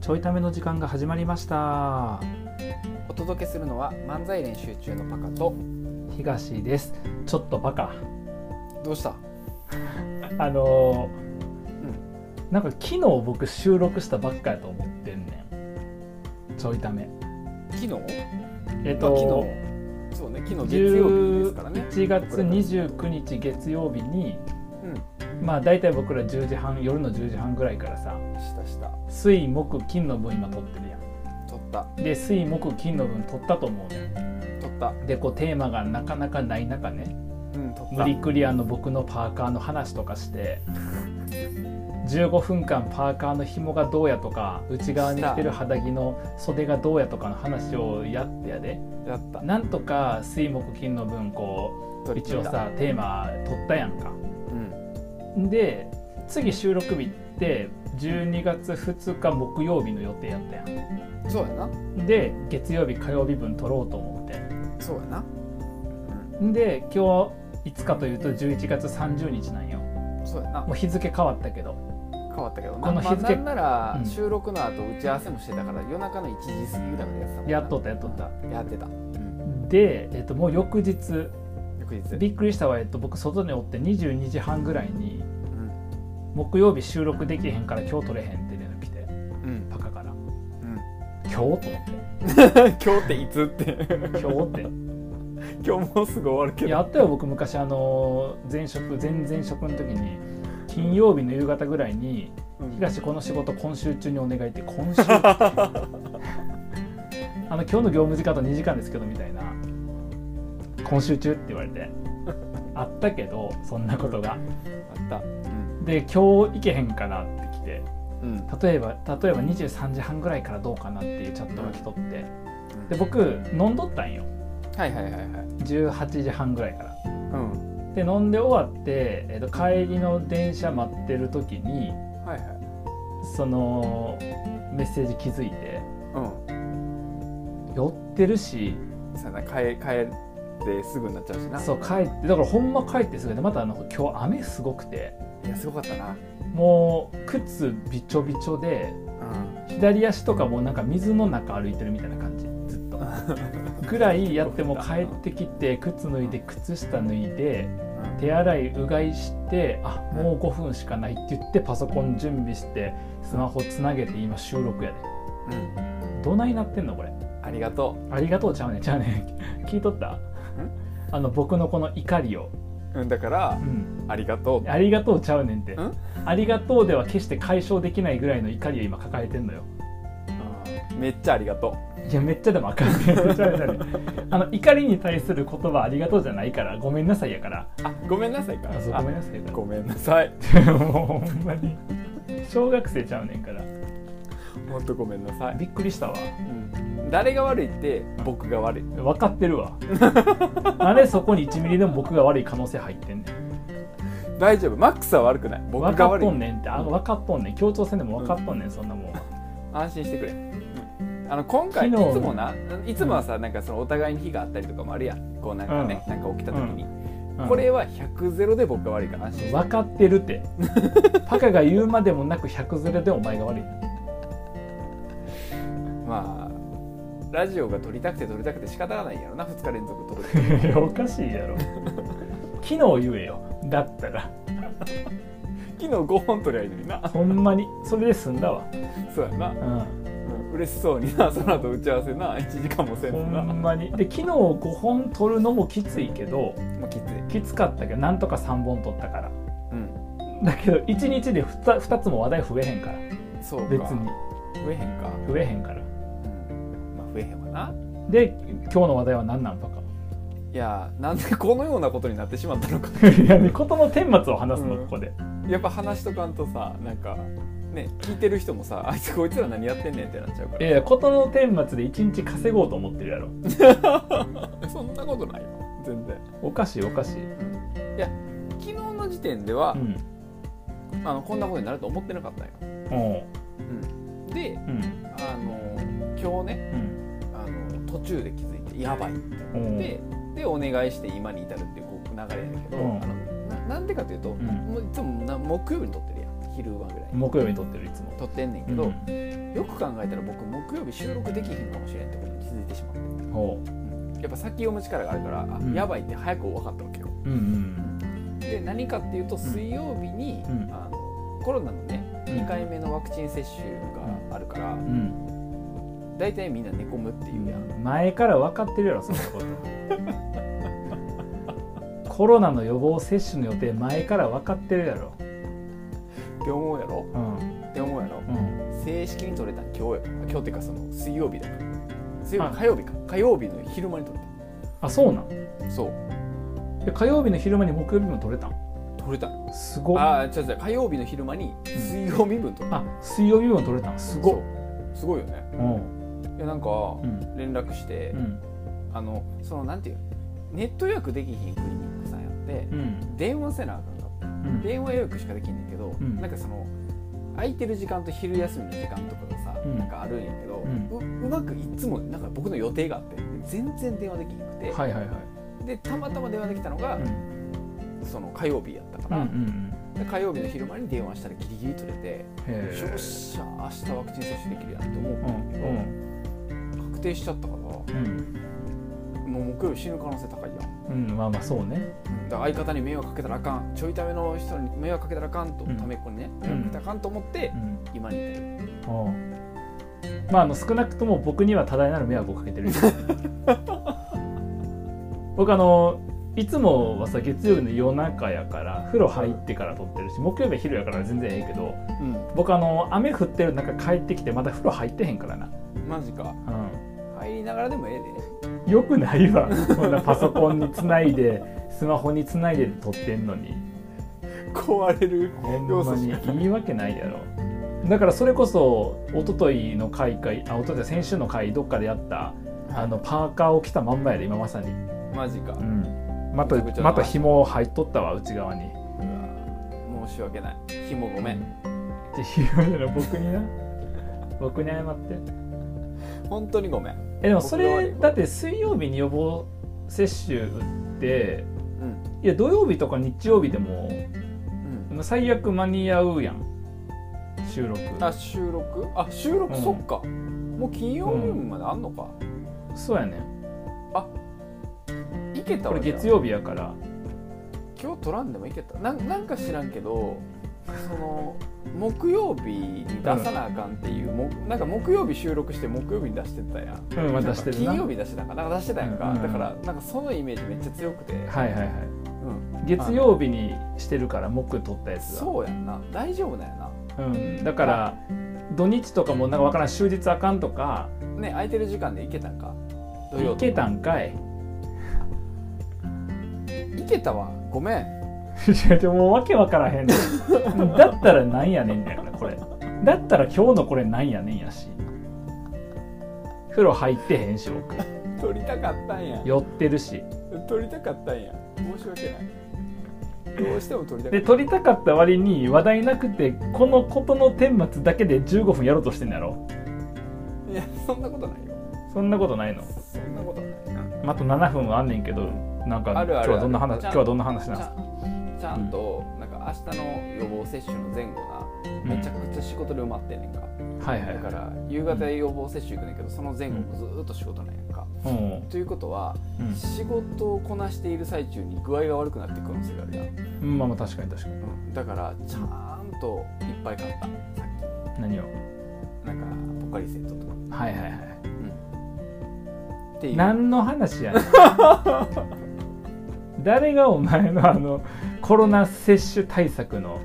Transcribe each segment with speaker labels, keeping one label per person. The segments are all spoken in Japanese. Speaker 1: ちょいための時間が始まりました
Speaker 2: お届けするのは漫才練習中のパカと
Speaker 1: 東ですちょっとバカ
Speaker 2: どうした
Speaker 1: あのーなんか昨日僕収録したばっかやと思ってんねんちょいため
Speaker 2: 昨日、まあ、
Speaker 1: えっ
Speaker 2: 昨日
Speaker 1: と、
Speaker 2: そうね昨日月曜日ですからね
Speaker 1: 11月29日月曜日にまあ大体僕ら10時半夜の10時半ぐらいからさ
Speaker 2: うんしたした
Speaker 1: 水木金の分今撮ってるやん
Speaker 2: 撮った
Speaker 1: で水木金の分撮ったと思うね
Speaker 2: 撮った
Speaker 1: でこうテーマがなかなかない中ね
Speaker 2: うん撮った
Speaker 1: 無理くりあの僕のパーカーの話とかして15分間パーカーの紐がどうやとか内側に着てる肌着の袖がどうやとかの話をやってやで
Speaker 2: やった
Speaker 1: なんとか水木金の分こ
Speaker 2: 撮
Speaker 1: う
Speaker 2: り切
Speaker 1: 一
Speaker 2: っ
Speaker 1: 応
Speaker 2: た
Speaker 1: さテーマ取ったやんか
Speaker 2: うん
Speaker 1: で次収録日って12月2日木曜日の予定やったや
Speaker 2: そうやなん
Speaker 1: で月曜日火曜日分取ろうと思って
Speaker 2: そうやな
Speaker 1: で今日いつかというと11月30日なんよ
Speaker 2: うんそうやな
Speaker 1: もう日付変わったけど
Speaker 2: 変わったけどな
Speaker 1: この日付
Speaker 2: まあなんなら
Speaker 1: うん
Speaker 2: 収録の後打ち合わせもしてたから夜中の1時過ぎぐらいまでやってたもんな
Speaker 1: やっとったやっとった
Speaker 2: やってたうん
Speaker 1: で、えっと、もう翌日
Speaker 2: 翌日
Speaker 1: びっくりしたわ、えっと、僕外におって22時半ぐらいに
Speaker 2: うん
Speaker 1: 木曜日収録できへんから今日取れへんって連絡来て
Speaker 2: うん
Speaker 1: パカから
Speaker 2: うん
Speaker 1: 今日と思って
Speaker 2: 今日って いつって
Speaker 1: 今日っ
Speaker 2: 今日もうすぐ終わる
Speaker 1: て
Speaker 2: けど
Speaker 1: やったよ僕昔あの前職前々職の時に金曜日の夕方ぐらいに
Speaker 2: う
Speaker 1: 「
Speaker 2: ん
Speaker 1: 東この仕事今週中にお願い」って今週 あの今日の業務時間と2時間ですけどみたいな「今週中」って言われてあったけどそんなことが
Speaker 2: あったうん
Speaker 1: で今日行けへんかなって来て
Speaker 2: うん
Speaker 1: 例えば例えば23時半ぐらいからどうかなっていうチャットが来とってで僕飲んどったんよ
Speaker 2: はいはいはいはい
Speaker 1: 18時半ぐらいから
Speaker 2: うん
Speaker 1: で飲んで終わって、えっと帰りの電車待ってる時に
Speaker 2: はいはい
Speaker 1: そのメッセージ気づいて
Speaker 2: う
Speaker 1: 寄ってるし
Speaker 2: んそうやな帰帰ってすぐになっちゃうしな
Speaker 1: そう帰ってだからほんま帰ってすぐでまたあの今日雨すごくて
Speaker 2: いやすごかったな
Speaker 1: もう靴びちょびちょで
Speaker 2: うん
Speaker 1: 左足とかもなんか水の中歩いてるみたいな感じずっとぐらいやっても帰ってきて靴脱いで靴下脱いで手洗いうがいしてあもう5分しかないって言ってパソコン準備してスマホつなげて今収録やで
Speaker 2: うん
Speaker 1: どないなってんのこれ
Speaker 2: ありがと
Speaker 1: ありがとうちゃうねちゃうね 聞いとったあの僕のこの怒りを、
Speaker 2: ううんだから
Speaker 1: うん、
Speaker 2: ありがとう
Speaker 1: ありがとうちゃうねんって
Speaker 2: ん
Speaker 1: ありがとうでは決して解消できないぐらいの怒りを今抱えてんのよ
Speaker 2: めっちゃありがと
Speaker 1: いやめっちゃでもあかんねめっちゃあれだ ねあの怒りに対する言葉ありがとうじゃないからごめんなさいやから
Speaker 2: うあごめんなさいか
Speaker 1: あそう
Speaker 2: あ
Speaker 1: ごめんなさいやか
Speaker 2: ごめんなさい
Speaker 1: らもうほんまに小学生ちゃうねんから
Speaker 2: ほんとごめんなさい
Speaker 1: びっくりしたわ
Speaker 2: うん誰が悪いって僕が悪い
Speaker 1: 分かってる わあれそこに1ミリでも僕が悪い可能性入ってんねん
Speaker 2: 大丈夫マックスは悪くない僕
Speaker 1: 分
Speaker 2: が
Speaker 1: かっ
Speaker 2: 悪い
Speaker 1: とんねんってあ分かっとんねん協調戦でも分かっとんねんそんなもんは
Speaker 2: 安心してくれ、あの今回いつ
Speaker 1: 昨日
Speaker 2: もないつもはさなんかそのお互いに火があったりとかもあるやんこうなんかね、なんか起きた時に、
Speaker 1: うん
Speaker 2: これは100ゼロで僕が悪いから安心して
Speaker 1: 分かってるってパカが言うまでもなく100ゼロでお前が悪い
Speaker 2: まあラジオが撮りたくて撮りたくて仕方がないやろな2日連続撮る
Speaker 1: いやおかしいやろ昨日言えよだったら
Speaker 2: 昨日5本撮りゃいいのにな
Speaker 1: ほんまにそれで済んだわ
Speaker 2: そうやな、
Speaker 1: う
Speaker 2: うん、嬉しそうにな その後打ち合わせな1時間もせ
Speaker 1: ん
Speaker 2: ん
Speaker 1: ほ
Speaker 2: のな、
Speaker 1: んまにで昨日5本取るのもきついけど
Speaker 2: まあきつい
Speaker 1: きつかったけどなんとか3本取ったから
Speaker 2: うん
Speaker 1: だけど1日で 2, 2つも話題増えへんから
Speaker 2: そうか
Speaker 1: 別に
Speaker 2: 増えへんか、
Speaker 1: 増えへんから
Speaker 2: うん、まあ増えへんわな
Speaker 1: で今日の話題は何なんパカ
Speaker 2: いやなんでこのようなことになってしまったのか
Speaker 1: いやね事の顛末を話すの
Speaker 2: うん
Speaker 1: ここで、
Speaker 2: やっぱ話しとかんとさなんかね聞いてる人もさあいつこいつら何やってんねんってなっちゃうか
Speaker 1: いやいや事の顛末で1日稼ごうと思ってるやろ
Speaker 2: らそんなことないよ全然
Speaker 1: おかしいおかしい、
Speaker 2: 昨日の時点では
Speaker 1: う、ん
Speaker 2: あのこんなことになると思ってなかったんよ、
Speaker 1: おう
Speaker 2: うん、で
Speaker 1: うん
Speaker 2: あの今日ね
Speaker 1: うん
Speaker 2: あの途中で気づいてやばいって
Speaker 1: おう
Speaker 2: ででお願いして今に至るっていうこう流れやねんけど、
Speaker 1: うん
Speaker 2: あのななんでかというと、
Speaker 1: ん
Speaker 2: もういつもな木曜日に撮ってるやん昼間ぐらいに
Speaker 1: 木曜日に撮ってるいつも
Speaker 2: 撮ってんねんけど、よく考えたら僕木曜日収録できひんかもしれんってことに気づいてしまう
Speaker 1: うんほ
Speaker 2: やっぱ先読む力があるからあ、
Speaker 1: ん
Speaker 2: やばいって早く分かったわけよ
Speaker 1: ううん
Speaker 2: で何かっていうと水曜日に、
Speaker 1: うん
Speaker 2: あのコロナのね
Speaker 1: うん
Speaker 2: 2回目のワクチン接種があるから
Speaker 1: うんうん
Speaker 2: 大体みんな寝込むっていうやん
Speaker 1: 前から分かってるやろそんなことコロナの予防接種の予定前から分かってるやろ
Speaker 2: って思うやろ
Speaker 1: うん
Speaker 2: って思うやろ
Speaker 1: うん
Speaker 2: 正式に取れたん今日や今日っていうかその水曜日だから水曜
Speaker 1: はい
Speaker 2: 日火曜日か火曜日の昼間に取れ
Speaker 1: あそうなん
Speaker 2: たそう
Speaker 1: で火曜日の昼間に木曜日も撮れたん
Speaker 2: 取れた
Speaker 1: すごっ
Speaker 2: ああ違う違う火曜日の昼間に水曜日分取れた
Speaker 1: あ水曜日も撮れたんすごっ
Speaker 2: そうすごいよね
Speaker 1: うん
Speaker 2: いやなんか
Speaker 1: うん
Speaker 2: 連絡して、
Speaker 1: うん
Speaker 2: あのそのなんていうネット予約できひんクリニックさんやって
Speaker 1: う、ん
Speaker 2: 電話せなあかんかった
Speaker 1: うん
Speaker 2: 電話予約しかできんねんけど、
Speaker 1: ん
Speaker 2: なんかその空いてる時間と昼休みの時間とかがさ、
Speaker 1: うん
Speaker 2: なんかあるんやけど、
Speaker 1: うん
Speaker 2: ううまくいつもなんか僕の予定があって全然電話できなく
Speaker 1: は
Speaker 2: て、
Speaker 1: いはいはい
Speaker 2: でたまたま電話できたのが、
Speaker 1: うん
Speaker 2: その火曜日やったか
Speaker 1: うんう
Speaker 2: ら、
Speaker 1: ん
Speaker 2: で火曜日の昼間に電話したらギリギリ取れて、
Speaker 1: うんへ
Speaker 2: よっ
Speaker 1: え
Speaker 2: しゃ明日ワクチン接種できるやんって思
Speaker 1: う
Speaker 2: うんけど、
Speaker 1: うん
Speaker 2: 確定しちゃったからも
Speaker 1: うん
Speaker 2: う木曜日死ぬ可能性高いやん
Speaker 1: うんまあまあそうね
Speaker 2: だから相方に迷惑かけたらあかんちょいための人に迷惑かけたらあかんと、
Speaker 1: うん
Speaker 2: ためっ子にね迷惑かけたらあかんと思って
Speaker 1: う、ん
Speaker 2: 今に至る
Speaker 1: うんまああの少なくとも僕には多大なる迷惑をかけてるよ 僕あのいつもはさ月曜日の夜中やから風呂入ってから撮ってるし木曜日は昼やから全然ええけど僕あの雨降ってる中帰ってきてまだ風呂入ってへんからな、
Speaker 2: マジか入りながらでもええで
Speaker 1: うん、よくないわ こんなパソコンにつないでスマホにつないで撮ってんのに
Speaker 2: 壊れる
Speaker 1: ほんま
Speaker 2: 要素
Speaker 1: に
Speaker 2: し
Speaker 1: 言い訳ないやろだからそれこそ一昨日の回かあ一昨日先週の回どっかでやったあのパーカーを着たまんまやで今まさに、
Speaker 2: マジか、うわ
Speaker 1: また
Speaker 2: ぐちゃぐちゃだな
Speaker 1: また紐入っとったわ内側に
Speaker 2: 申し訳ない紐ごめん
Speaker 1: じゃ紐じゃない僕 にな僕に謝って
Speaker 2: 本当にごめん
Speaker 1: えでもそ
Speaker 2: 僕が悪い
Speaker 1: れ
Speaker 2: わ
Speaker 1: だって水曜日に予防接種打って
Speaker 2: うん
Speaker 1: いや土曜日とか日曜日でも
Speaker 2: うん
Speaker 1: 最悪間に合うやん収録
Speaker 2: あ収録あ収録、
Speaker 1: うん
Speaker 2: そっかもう金曜日まであんのか、
Speaker 1: そうやねん
Speaker 2: いけた
Speaker 1: こ
Speaker 2: わ
Speaker 1: れ月
Speaker 2: 曜
Speaker 1: 曜日やから
Speaker 2: 今日取らんでもいけたなんなんか知らんけどその木曜日に出さなあかんっていう、もなんか木曜日収録して木曜日に出してたやん
Speaker 1: うんまあ出してるな
Speaker 2: 金曜日出してたんかなんか出してたやんか、
Speaker 1: うんうん
Speaker 2: だからなんかそのイメージめっちゃ強くて、
Speaker 1: はいはいはい
Speaker 2: うん、
Speaker 1: 月曜日にしてるから木取ったやつは
Speaker 2: そうやんな大丈夫だよな
Speaker 1: うん、だから土日とかもなんかわからん終日あかんとか
Speaker 2: ね空いてる時間で行けたんか土曜
Speaker 1: い
Speaker 2: 日
Speaker 1: けたんかい
Speaker 2: 行けたわごめん
Speaker 1: いやでももうわけわからへんねん だったらなんやねんやからこれだったら今日のこれなんやねんやし風呂入ってへんし僕
Speaker 2: 撮りたかったんや
Speaker 1: 寄ってるし
Speaker 2: 撮りたかったんや申し訳ないどうしても撮りたか
Speaker 1: で
Speaker 2: っ
Speaker 1: 撮りたかった割に話題なくてこのことの顛末だけで15分やろうとしてんのやろ
Speaker 2: たいやそんなことないよ
Speaker 1: そんなことないの
Speaker 2: そんなことはないな
Speaker 1: あと7分はあんねんけどなんか
Speaker 2: あるあるある
Speaker 1: 今日はどんな話
Speaker 2: ち
Speaker 1: 今
Speaker 2: ゃん
Speaker 1: 日はどんな話なん
Speaker 2: ち
Speaker 1: です
Speaker 2: ゃ
Speaker 1: か
Speaker 2: んちゃんとなんか明日の予防接種の前後
Speaker 1: うん
Speaker 2: なめちゃくちゃ仕事で埋まってんねんか、
Speaker 1: はいはい
Speaker 2: だ
Speaker 1: は
Speaker 2: か
Speaker 1: い
Speaker 2: ら夕方予防接種行くねんけどその前後もずーっと仕事なんやんか、
Speaker 1: うん
Speaker 2: ということは、仕事をこなしている最中に具合が悪くなっていく可能性があるやん、
Speaker 1: うんまあまあ確かに確かに
Speaker 2: うん、だからちゃんといっぱい買ったさっ
Speaker 1: 何を
Speaker 2: きなんかポカリセットとか、
Speaker 1: はいはいは
Speaker 2: ってい
Speaker 1: いう何の話やねん 誰がお前のあのコロナ接種対策の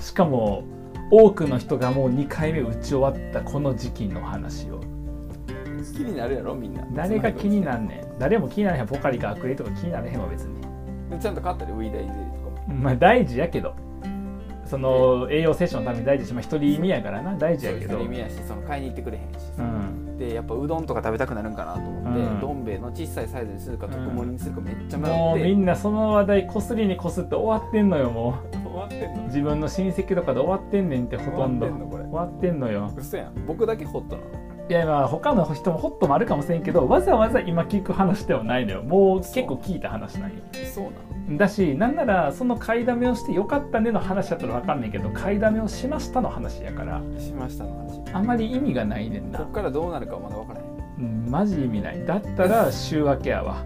Speaker 1: しかも多くの人がもう2回目打ち終わったこの時期の話を
Speaker 2: 気になるやろみんな
Speaker 1: 誰が気に
Speaker 2: る
Speaker 1: なんねん誰も気になれへんポカリかアクエリとか気になれへんわ別に
Speaker 2: ちゃんと買ったでウイダイゼリーとかも
Speaker 1: まあ大事やけどその栄養摂取のために大事やしまあ一人身やからな大事やけど
Speaker 2: そういう人に見やしその買いに行ってくれへんし
Speaker 1: う
Speaker 2: さ、
Speaker 1: ん
Speaker 2: でやっぱうどんとか食べたくなるんかなと思って、
Speaker 1: うん
Speaker 2: どん兵衛の小さいサイズにするか
Speaker 1: うん
Speaker 2: 特盛りにするかめっちゃ迷
Speaker 1: もうみ
Speaker 2: って、
Speaker 1: んなその話題こすりにこすって終わってんのよもう
Speaker 2: 終わってんの
Speaker 1: 自分の親戚とかで終わってんねんってほとんど
Speaker 2: 終わってんのこれ
Speaker 1: 終わってんのよ
Speaker 2: 嘘やん僕だけホットなの
Speaker 1: いやまあ他の人もホットもあるかもしれんけどわざわざ今聞く話ではないのよもう結構聞いた話なんよ
Speaker 2: そうなの
Speaker 1: だしなんならその買いだめをしてよかったねの話だったらわかんないけど買いだめをしましたの話やから
Speaker 2: しましたの話
Speaker 1: あまり意味がないねん
Speaker 2: こ
Speaker 1: な
Speaker 2: っ、からどうなるかはまだ分からへん
Speaker 1: うん、マジ意味ないだったら週明けやわ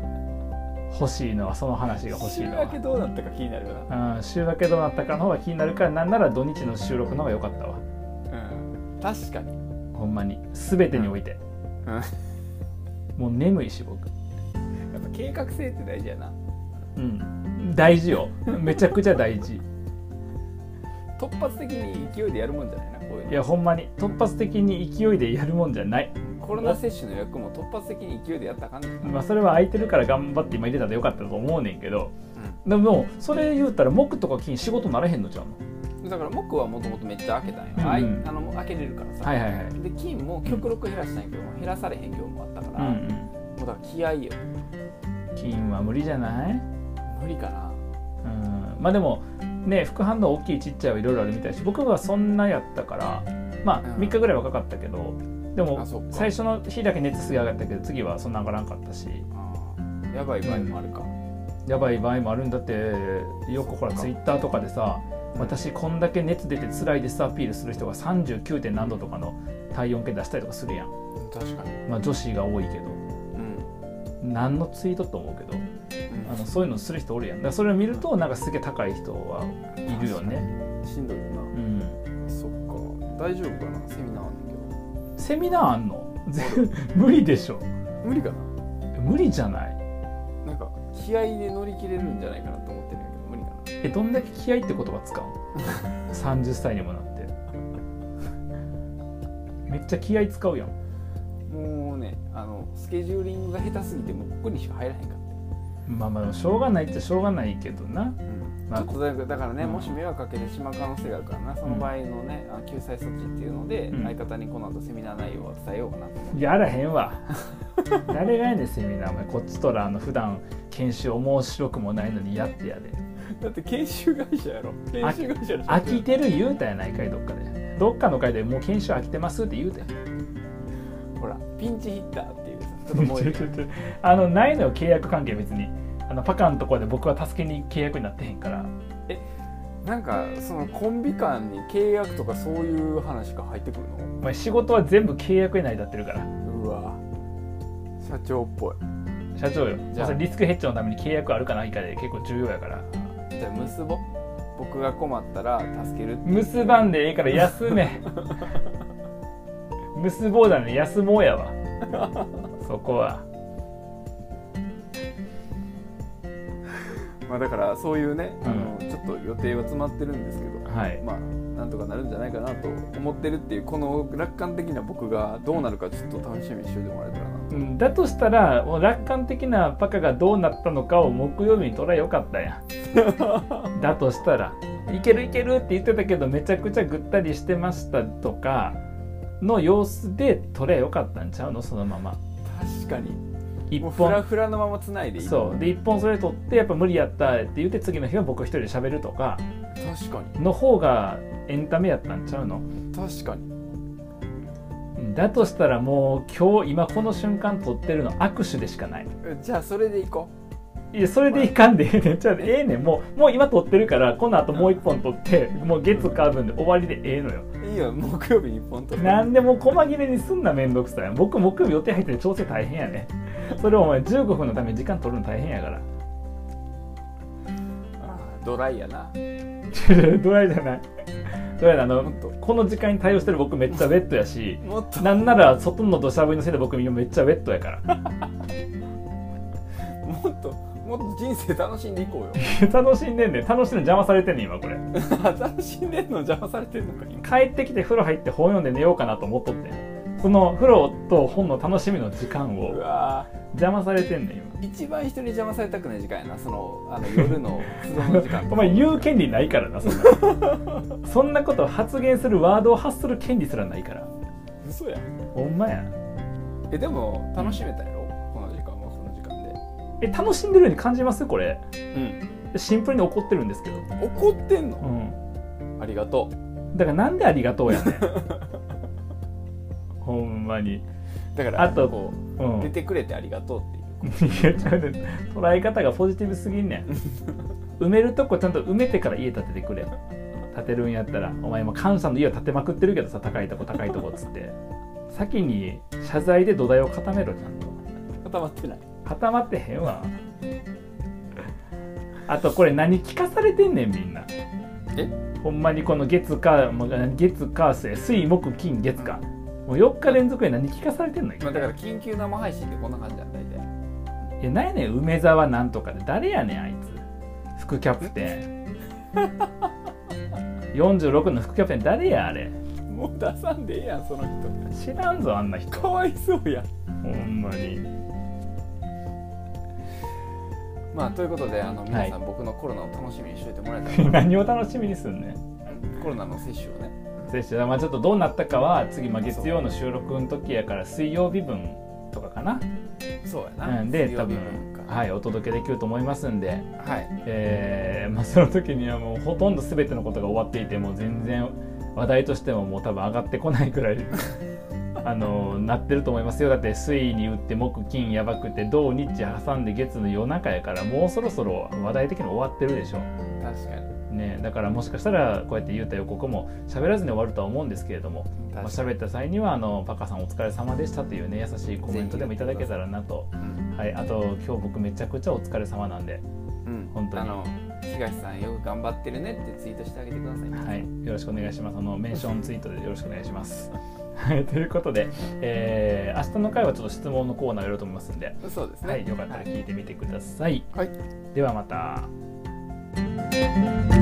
Speaker 1: 欲しいのはその話が欲しい
Speaker 2: 週
Speaker 1: の
Speaker 2: 明
Speaker 1: は
Speaker 2: けどうなったか気になるよ
Speaker 1: うん、週明けどうなったかの方が気になるからなんなら土日の収録の方が良かったわ
Speaker 2: なうん確かに
Speaker 1: ほんまに全てにおいて、
Speaker 2: うんやっ
Speaker 1: もう眠いし僕
Speaker 2: ぱ計画性って大事やな
Speaker 1: うん大事よめちゃくちゃ大事
Speaker 2: 突発的に勢いでやるもんじゃないなこういうの
Speaker 1: いやほんまに突発的に勢いでやるもんじゃない
Speaker 2: コロナ接種の役も突発的に勢いでやったらあかんねん
Speaker 1: まあそれは空いてるから頑張って今入れたらよかったと思うねんけどでもそれ言うたら木とか金仕事ならへんのちゃうの
Speaker 2: うんだから僕はもともとめっちゃ開けたんよ、
Speaker 1: うんうん
Speaker 2: あいあのもう開けれるからさ、
Speaker 1: はいはいはい
Speaker 2: で金も極力減らしたんやけど減らされへん業務もあったから、も
Speaker 1: ん
Speaker 2: うだから気合いよ
Speaker 1: うん金は無理じゃない
Speaker 2: 無理かな
Speaker 1: うんまあでもね副反応大きいちっちゃいはいろいろあるみたいだし僕はそんなやったからまあ
Speaker 2: うん
Speaker 1: 3日ぐらいはかかったけどでも
Speaker 2: あそっか
Speaker 1: 最初の日だけ熱すげ上がったけど次はそんな上がらんかったし
Speaker 2: あーやばい場合もあるか、
Speaker 1: やばい場合もあるんだってよくほら
Speaker 2: そっか
Speaker 1: ツイッターとかでさ
Speaker 2: うん
Speaker 1: 私こんだけ熱出て辛いですアピールする人が 39. 点何度とかの体温計出したりとかするやん、
Speaker 2: 確かに
Speaker 1: まあ、女子が多いけど
Speaker 2: うん、
Speaker 1: 何のツイートと思うけどあのそういうのする人おるやんだからそれを見るとなんかすげえ高い人はいるよね、
Speaker 2: うんしんどいよ
Speaker 1: うん、
Speaker 2: なそっか大丈夫かなセミナーあんねんけ
Speaker 1: セミナーあんのぜ無理でしょ
Speaker 2: ど無理かな
Speaker 1: 無理じゃない
Speaker 2: なんか気合で乗り切れるんじゃないかなと思ってるんやけど無理か
Speaker 1: えどんだけ気合いって言葉 使うの30歳にもなってめっちゃ気合い使うやん
Speaker 2: なもうねあのスケジューリングが下手すぎてもうここにしか入らへんかっ
Speaker 1: まあまあでもしょうがないっちゃしょうがないけどな
Speaker 2: た、うん
Speaker 1: まあ
Speaker 2: ちょっとだからだからね、
Speaker 1: うん
Speaker 2: もし迷惑かけてしまう可能性があるからなその場合のね、あの救済措置っていうので、
Speaker 1: うん
Speaker 2: 相方にこの後セミナー内容を伝えようかなと思って
Speaker 1: やらへんわ 誰がやねんセミナーお前こっちとらあの普段研修面白くもないのにやってやで
Speaker 2: だって研修会社やろ研修会社やろ
Speaker 1: 飽きてる言うたやないかいどっかでどっかの会でもう研修飽きてますって言うたやん
Speaker 2: ほらピンチヒッターっ ていうさち ょっともう
Speaker 1: あのないのよ契約関係別にあのパカのところで僕は助けに契約になってへんから
Speaker 2: なんかそのコンビ間に契約とかそういう話が入ってくる
Speaker 1: お前仕事は全部契約に成り立ってるから
Speaker 2: のうわ社長っぽい
Speaker 1: 社長よ
Speaker 2: じゃあ
Speaker 1: それリスクヘッジのために契約あるかないかで結構重要やから
Speaker 2: じゃあ結ぼう僕が困ったら助けるって
Speaker 1: 結ばんでええから休 め結ぼうだね休もうやわそこは
Speaker 2: まあだからそういうね、
Speaker 1: うん
Speaker 2: あのちょっと予定は詰まってるんですけど
Speaker 1: はい
Speaker 2: まあなんとかなるんじゃないかなと思ってるっていうこの楽観的な僕がどうなるかちょっと楽しみにしておいてもらえたらな
Speaker 1: うんだとしたらもう楽観的なパカがどうなったのかを木曜日に捉えよかったやん だとしたら「いけるいける」って言ってたけどめちゃくちゃぐったりしてましたとかの様子で捉えよかったんちゃうのそのまま
Speaker 2: 確かに
Speaker 1: 一
Speaker 2: もうフラ
Speaker 1: 本
Speaker 2: フラのままつないでいい
Speaker 1: そうで一本それ取ってやっぱ無理やったって言って次の日は僕一人で喋るとか
Speaker 2: 確か
Speaker 1: の方がエンタメやったんちゃうの
Speaker 2: に確かに
Speaker 1: うんだとしたらもう今日今この瞬間撮ってるの握手でしかない
Speaker 2: えじゃあそれでいこ
Speaker 1: いやそれでいかんでええねんじゃあええねんもうもう今撮ってるからこの後もう一本撮ってもう月火分で終わりでええのよ
Speaker 2: ういいよ木曜日に1本取る
Speaker 1: なんでもう細切れにすんなめんどくさい僕木曜日予定入ってて調整大変やねそれお前15分のために時間取るの大変やから
Speaker 2: あードライやな
Speaker 1: ドライじゃないドライだあ
Speaker 2: も
Speaker 1: の
Speaker 2: っと
Speaker 1: この時間に対応してる僕めっちゃウェットやし
Speaker 2: もっと
Speaker 1: なんなら外の土砂降りのせいで僕めっちゃウェットやから
Speaker 2: もっともっと人生楽しんでいこうよ
Speaker 1: 楽しんでんねん楽しんでんの邪魔されてんねん今これ
Speaker 2: 楽しんでんの邪魔されてんのか今
Speaker 1: 帰ってきて風呂入って本読んで寝ようかなと思っとってんその風呂と本の楽しみの時間
Speaker 2: う
Speaker 1: を
Speaker 2: わ
Speaker 1: 邪魔されてんねん
Speaker 2: ー一番人に邪魔されたくない時間やなそのあの夜の 不動の時間
Speaker 1: 今お前言う権利ないからなそんなそんなこと発言するワードを発する権利すらないから
Speaker 2: 嘘や
Speaker 1: ほんまや
Speaker 2: えでも楽しめたやろこの時間はこの時間
Speaker 1: え楽しんでるように感じますこれ
Speaker 2: で
Speaker 1: シンプルに怒ってるんですけど
Speaker 2: うん怒ってん
Speaker 1: う
Speaker 2: の
Speaker 1: ん
Speaker 2: ありがとう
Speaker 1: だからなんでありがとうやねんほんまに
Speaker 2: だから
Speaker 1: あと
Speaker 2: こ
Speaker 1: う
Speaker 2: う出
Speaker 1: ん
Speaker 2: てくれてありがとうっていう
Speaker 1: いやちゃうねん捉え方がポジティブすぎんねん埋めるとこちゃんと埋めてから家建ててくれ建てるんやったらお前も菅さんの家を建てまくってるけどさ高いとこ高いとこっつって先に謝罪で土台を固めろちゃんと
Speaker 2: 固まってない
Speaker 1: 固まってへんわあとこれ何聞かされてんねんみんな
Speaker 2: え
Speaker 1: ほんまにこの月かもう月か水水木金月かもう4日連続で何聞かされてんの
Speaker 2: まあだから緊急生配信ってこんな感じなんだ大体
Speaker 1: えなんやねん梅沢なんとかで誰やねんあいつ副キャプ テン46の副キャプテン誰やあれ
Speaker 2: もう出さんでええやんその人
Speaker 1: 知らんぞあんな人
Speaker 2: かわいそうや
Speaker 1: ほんまに
Speaker 2: まあということであの皆さん、僕のコロナを楽しみにしといてもらえた ら
Speaker 1: 何を楽しみにすんねん
Speaker 2: コロナの接種をね
Speaker 1: 先生まあちょっとどうなったかは次、まあ、月曜の収録の時やから水曜日分とかかな、
Speaker 2: そうや
Speaker 1: う
Speaker 2: な、
Speaker 1: ん、で
Speaker 2: 水
Speaker 1: 多
Speaker 2: 曜日
Speaker 1: 分
Speaker 2: 分か
Speaker 1: はいお届けできると思いますんで、
Speaker 2: はい
Speaker 1: えーまあ、その時にはもうほとんど全てのことが終わっていてもう全然話題としてももう多分上がってこないくらい あのなってると思いますよだって水に打って木金やばくて土日挟んで月の夜中やからもうそろそろ話題的に終わってるでしょ、
Speaker 2: 確かに
Speaker 1: ね、だからもしかしたらこうやって言うた予告も喋らずに終わるとは思うんですけれども、まあ
Speaker 2: 確か
Speaker 1: 喋った際にはあのパカさんお疲れ様でしたというね優しいコメントでもいただけたらなと、
Speaker 2: に
Speaker 1: はい、あと今日僕めちゃくちゃお疲れ様なんで
Speaker 2: うん、うん
Speaker 1: 本当に
Speaker 2: あの東さんよく頑張ってるねってツイートしてあげてください、
Speaker 1: はい、よろしくお願いします。あのメンションツイートでよろしくお願いします。はい、ということで、えー明日の回はちょっと質問のコーナーをやろうと思いますんで、
Speaker 2: そうですね
Speaker 1: はい、よかったら聞いてみてください。
Speaker 2: はい
Speaker 1: ではまた。
Speaker 2: 「